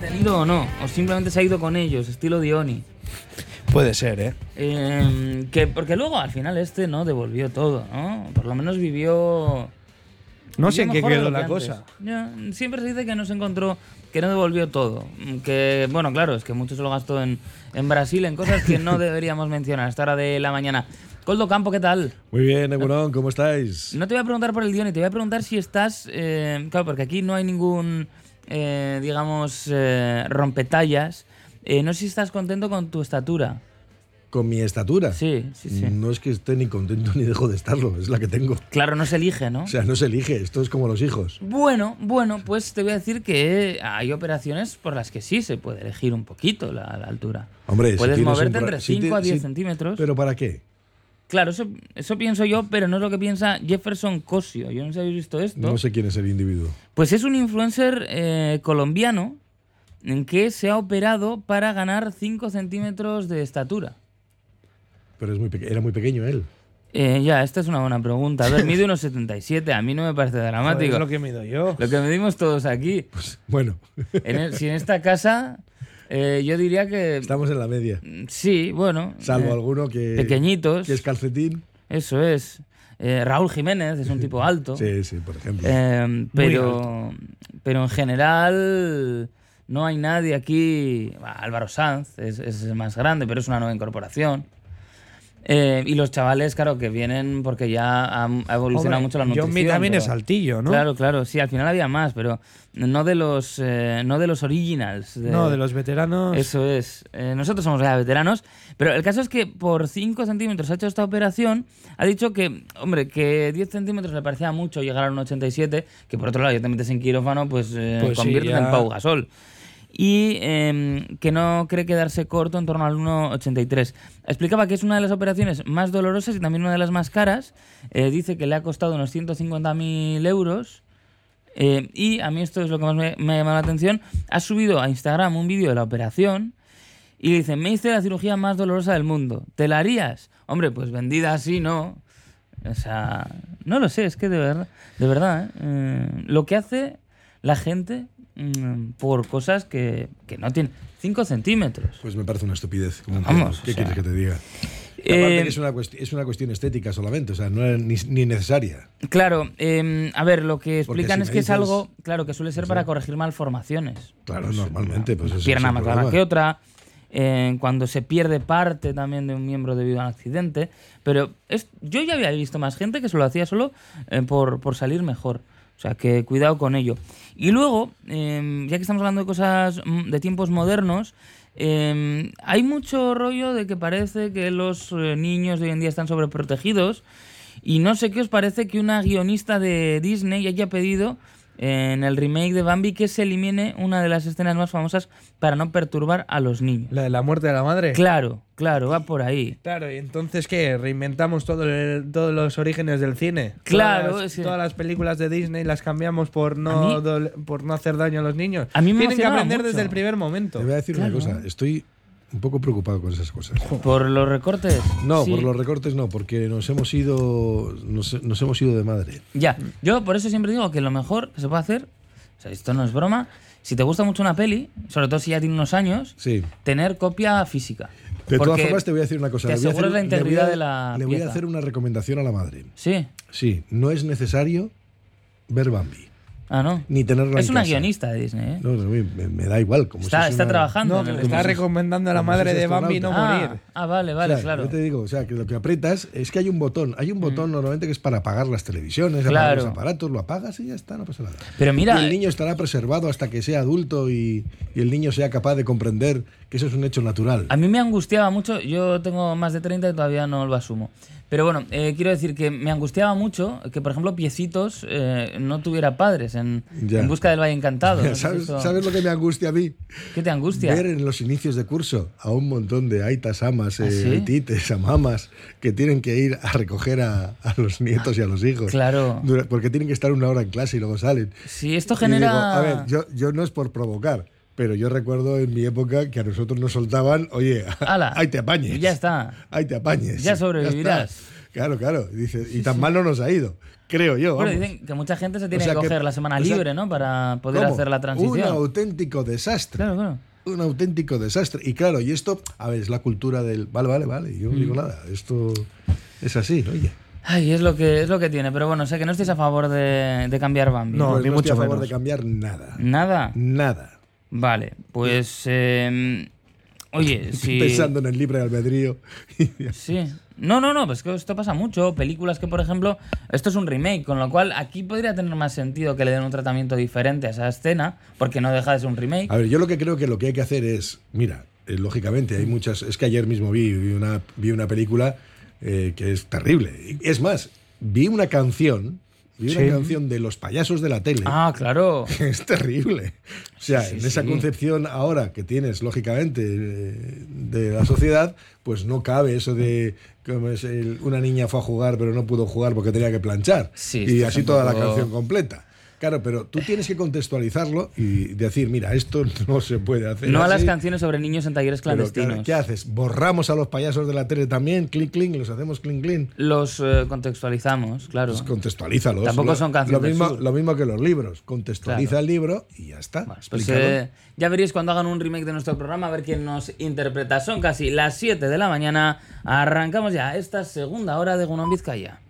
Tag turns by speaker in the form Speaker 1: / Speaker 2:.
Speaker 1: haciendo o no, o simplemente se ha ido con ellos, estilo Dioni.
Speaker 2: Puede ser, ¿eh?
Speaker 1: Eh, que, porque luego al final este no devolvió todo, ¿no? Por lo menos vivió.
Speaker 2: No
Speaker 1: vivió
Speaker 2: sé en qué
Speaker 1: mejor de lo
Speaker 2: quedó la
Speaker 1: que
Speaker 2: cosa.
Speaker 1: antes. Ya, siempre se dice que no se encontró, que no devolvió todo. Que, bueno, claro, es que mucho se lo gastó en, en Brasil, en cosas que no deberíamos mencionar a esta hora de la mañana. Coldo Campo, ¿qué tal?
Speaker 3: Muy bien, Egunon, ¿cómo estáis?
Speaker 1: No te voy a preguntar por el guión y te voy a preguntar si estás. eh, claro, porque aquí no hay ningún, eh, digamos, eh, rompetallas. Eh, no sé si estás contento con tu estatura.
Speaker 3: ¿Con mi estatura?
Speaker 1: Sí, sí, sí.
Speaker 3: No es que esté ni contento ni dejo de estarlo, es la que tengo.
Speaker 1: Claro, no se elige, ¿no?
Speaker 3: O sea, no se elige, esto es como los hijos.
Speaker 1: Bueno, bueno, pues te voy a decir que hay operaciones por las que sí se puede elegir un poquito la, la altura.
Speaker 3: Hombre, si
Speaker 1: Puedes
Speaker 3: tienes un
Speaker 1: moverte
Speaker 3: pro-
Speaker 1: entre
Speaker 3: si
Speaker 1: 5
Speaker 3: ti-
Speaker 1: a 10
Speaker 3: si-
Speaker 1: centímetros.
Speaker 3: ¿Pero para qué?
Speaker 1: Claro, eso, eso pienso yo, pero no es lo que piensa Jefferson Cosio. Yo no sé si habéis visto esto.
Speaker 3: No sé quién es el individuo.
Speaker 1: Pues es un influencer eh, colombiano en que se ha operado para ganar 5 centímetros de estatura.
Speaker 3: Pero es muy peque- era muy pequeño él.
Speaker 1: Eh, ya, esta es una buena pregunta. A ver, mide unos 77, a mí no me parece dramático.
Speaker 2: Es lo que me doy yo.
Speaker 1: Lo que medimos todos aquí.
Speaker 3: Pues Bueno,
Speaker 1: En el- si en esta casa, eh, yo diría que...
Speaker 3: estamos en la media.
Speaker 1: Sí, bueno.
Speaker 3: Salvo
Speaker 1: eh,
Speaker 3: alguno que,
Speaker 1: Pequeñitos.
Speaker 3: que es calcetín.
Speaker 1: Eso es. Eh, Raúl Jiménez es un tipo alto.
Speaker 3: Sí, sí, por ejemplo.
Speaker 1: Eh, pero, pero en general no hay nadie aquí. Bah, Álvaro Sanz es, es el más grande, pero es una nueva incorporación. Eh, y los chavales, claro, que vienen porque ya ha, ha evolucionado
Speaker 2: Hombre,
Speaker 1: mucho la
Speaker 2: John
Speaker 1: nutrición.
Speaker 2: Meade también
Speaker 1: pero-
Speaker 2: es altillo, ¿no?
Speaker 1: Claro, claro, sí, al final había más, pero no de los, eh, no de los originals. de-
Speaker 2: No, de los veteranos.
Speaker 1: eso es. Eh, nosotros somos ya veteranos. Pero el caso es que por 5 centímetros ha hecho esta operación. Ha dicho que, hombre, que 10 centímetros le parecía mucho llegar a un 87. Que por otro lado, ya te metes en quirófano, pues, eh,
Speaker 2: Pues sí,
Speaker 1: conviertes en
Speaker 2: ya.
Speaker 1: Pau Gasol. Y eh, que no cree quedarse corto en torno al 1,83. Explicaba que es una de las operaciones más dolorosas y también una de las más caras. Eh, dice que le ha costado unos 150.000 euros. Eh, y a mí esto es lo que más me, me ha llamado la atención. Ha subido a Instagram un vídeo de la operación y dice, me hice la cirugía más dolorosa del mundo. ¿Te la harías? Hombre, pues vendida así, no. O sea, no lo sé, es que de verdad, de verdad, ¿eh? Eh, lo que hace la gente mm, por cosas que, que no tienen 5 centímetros.
Speaker 3: Pues me parece una estupidez. como un
Speaker 1: Vamos,
Speaker 3: perro. ¿Qué
Speaker 1: o sea.
Speaker 3: quieres que te diga? Pues, Y aparte
Speaker 1: Eh,
Speaker 3: que es, una cuest- es una cuestión estética solamente, o sea, no era ni, ni necesaria.
Speaker 1: Claro, eh, a ver, lo que
Speaker 3: Porque
Speaker 1: explican
Speaker 3: si
Speaker 1: es
Speaker 3: me
Speaker 1: que es
Speaker 3: dices- Pues
Speaker 1: algo, claro, que suele ser para corregir malformaciones.
Speaker 3: Claro, normalmente. Pues eso es
Speaker 1: pierna
Speaker 3: el
Speaker 1: más
Speaker 3: problema.
Speaker 1: larga que otra, eh, cuando se pierde parte también de un miembro debido a un accidente. Pero es, yo ya había visto más gente que se lo hacía solo eh, por, por salir mejor. O sea, que cuidado con ello. Y luego, eh, ya que estamos hablando de cosas mm, de tiempos modernos, eh, hay mucho rollo de que parece que los eh, niños de hoy en día están sobreprotegidos. Y no sé qué os parece que una guionista de Disney haya pedido eh, en el remake de Bambi que se elimine una de las escenas más famosas para no perturbar a los niños.
Speaker 2: La de la muerte de la madre.
Speaker 1: Claro, claro, va por ahí.
Speaker 2: Claro, y entonces ¿qué? Reinventamos todo el- todos los orígenes del cine.
Speaker 1: Claro,
Speaker 2: todas, las-
Speaker 1: es que-
Speaker 2: todas las películas de Disney las cambiamos por no
Speaker 1: A mí-
Speaker 2: dole- por no hacer daño a los niños.
Speaker 1: A mí me
Speaker 2: tienen que
Speaker 1: emocionaba
Speaker 2: aprender
Speaker 1: mucho.
Speaker 2: desde el primer momento.
Speaker 3: Te voy a decir una cosa, estoy un poco preocupado con esas cosas.
Speaker 1: Por los recortes.
Speaker 3: No,
Speaker 1: sí.
Speaker 3: por los recortes no, porque nos hemos ido nos, nos hemos ido de madre.
Speaker 1: Ya, yo por eso siempre digo que lo mejor que se puede hacer, o sea, esto no es broma, si te gusta mucho una peli, sobre todo si ya tiene unos años,
Speaker 3: Sí.
Speaker 1: tener copia física.
Speaker 3: De todas
Speaker 1: Porque-
Speaker 3: formas te voy a decir una cosa,
Speaker 1: te
Speaker 3: le voy a hacer-
Speaker 1: aseguras la
Speaker 3: le voy a-
Speaker 1: integridad de la
Speaker 3: Le voy a
Speaker 1: pieza.
Speaker 3: hacer una recomendación a la madre.
Speaker 1: Sí,
Speaker 3: Sí, no es necesario ver Bambi
Speaker 1: ah, no.
Speaker 3: ni tenerla
Speaker 1: Es
Speaker 3: en
Speaker 1: una
Speaker 3: casa.
Speaker 1: guionista de Disney, ¿eh?
Speaker 3: No, no, me, me da igual como
Speaker 1: está
Speaker 3: si es
Speaker 1: está
Speaker 3: una-
Speaker 1: trabajando.
Speaker 2: No,
Speaker 1: en
Speaker 2: que
Speaker 1: el
Speaker 2: le
Speaker 1: remake.
Speaker 2: está recomendando a la
Speaker 3: Como
Speaker 2: madre
Speaker 3: si
Speaker 2: de
Speaker 3: es
Speaker 2: Bambi no
Speaker 3: astronauta.
Speaker 1: ah,
Speaker 2: morir.
Speaker 1: ah, vale,
Speaker 3: O sea,
Speaker 1: vale, claro. Mm.
Speaker 3: Yo te digo, o sea, que lo que aprietas es que hay un botón, hay un botón normalmente que es para apagar las televisiones, apagar
Speaker 1: Claro.
Speaker 3: los aparatos, lo apagas y ya está, no pasa nada.
Speaker 1: Pero mira, eh,
Speaker 3: Y el niño estará preservado hasta que sea adulto y, y el niño sea capaz de comprender que eso es un hecho natural.
Speaker 1: A mí me angustiaba mucho, yo tengo más de 30 y todavía no lo asumo. Pero bueno, eh, quiero decir que me angustiaba mucho que, por ejemplo, Piecitos eh, no tuviera padres en,
Speaker 3: Ya.
Speaker 1: en Busca del Valle Encantado. No sé si
Speaker 3: ¿Sabes,
Speaker 1: esto-
Speaker 3: sabes lo que me angustia a mí?
Speaker 1: ¿Qué te angustia?
Speaker 3: Ver en los inicios de curso a un montón de aitas, amas,
Speaker 1: ¿Ah,
Speaker 3: eh,
Speaker 1: sí?
Speaker 3: aitites, amamas, que tienen que ir a recoger a, a los nietos y a los hijos.
Speaker 1: Claro.
Speaker 3: Dura- Porque tienen que estar una hora en clase y luego salen.
Speaker 1: Sí, esto
Speaker 3: Y digo,
Speaker 1: genera...
Speaker 3: a ver, yo, yo no es por provocar, pero yo recuerdo en mi época que a nosotros nos soltaban, oye,
Speaker 1: Ala,
Speaker 3: ahí te apañes.
Speaker 1: Ya está.
Speaker 3: Ahí te apañes.
Speaker 1: Ya
Speaker 3: está.
Speaker 1: sobrevivirás.
Speaker 3: Claro, claro. Y, dice, y tan mal no nos ha ido, creo yo.
Speaker 1: Bueno,
Speaker 3: vamos.
Speaker 1: dicen que mucha gente se tiene
Speaker 3: sea
Speaker 1: que
Speaker 3: que-
Speaker 1: coger la semana
Speaker 3: o sea,
Speaker 1: libre, ¿no? Para poder
Speaker 3: ¿Cómo?
Speaker 1: hacer la
Speaker 3: Un
Speaker 1: transición.
Speaker 3: auténtico desastre.
Speaker 1: Claro, claro.
Speaker 3: Un auténtico desastre. Y claro, y esto, a ver, es la cultura del. Vale, vale, vale. Yo no
Speaker 1: Mm.
Speaker 3: digo nada. Esto es así, oye.
Speaker 1: Ay, es lo que es lo que tiene, pero bueno, sé que no estáis a favor de, de cambiar Bambi.
Speaker 2: No,
Speaker 3: Pues
Speaker 2: ni
Speaker 3: estoy
Speaker 2: mucho
Speaker 3: a favor
Speaker 2: menos.
Speaker 3: de cambiar nada.
Speaker 1: Mm. Nada.
Speaker 3: Nada.
Speaker 1: Vale, pues eh, oye, si
Speaker 3: Pensando en el libre albedrío.
Speaker 1: Sí. No, no, no, pues que esto pasa mucho. Películas que, por ejemplo, esto es un remake, con lo cual aquí podría tener más sentido que le den un tratamiento diferente a esa escena, porque no deja de ser un remake.
Speaker 3: A ver, yo lo que creo que lo que hay que hacer es, mira, eh, lógicamente hay muchas, es que ayer mismo vi, vi una, vi una película eh, que es terrible. Y Es más, vi una canción, vi una
Speaker 2: Sí.
Speaker 3: canción de los payasos de la tele.
Speaker 1: Ah, claro.
Speaker 3: que Es terrible. O sea,
Speaker 1: Sí,
Speaker 3: en esa
Speaker 1: sí.
Speaker 3: concepción ahora que tienes, lógicamente, eh, de la sociedad, pues no cabe eso de como es el- una niña fue a jugar pero no pudo jugar porque tenía que planchar.
Speaker 1: Sí, esto
Speaker 3: y
Speaker 1: es
Speaker 3: así
Speaker 1: un
Speaker 3: toda la
Speaker 1: poco-
Speaker 3: canción completa. Claro, pero tú tienes que contextualizarlo y decir, mira, esto no se puede hacer.
Speaker 1: No a las
Speaker 3: así,
Speaker 1: canciones sobre niños en talleres
Speaker 3: pero, claro,
Speaker 1: clandestinos.
Speaker 3: ¿Qué haces? ¿Borramos a los payasos de la tele también? Clic, clic, los hacemos clic, clic.
Speaker 1: Los eh, contextualizamos, claro.
Speaker 3: Pues contextualízalos.
Speaker 1: Tampoco
Speaker 3: Lo-
Speaker 1: son canciones
Speaker 3: Lo
Speaker 1: del
Speaker 3: mismo,
Speaker 1: sur.
Speaker 3: lo mismo que los libros. Contextualiza
Speaker 1: Claro.
Speaker 3: el libro y ya está.
Speaker 1: Bueno, pues,
Speaker 3: Explícalo.
Speaker 1: eh, ya veréis cuando hagan un remake de nuestro programa, a ver quién nos interpreta. Son casi las 7 de la mañana. Arrancamos ya esta segunda hora de Gunón Vizcaya.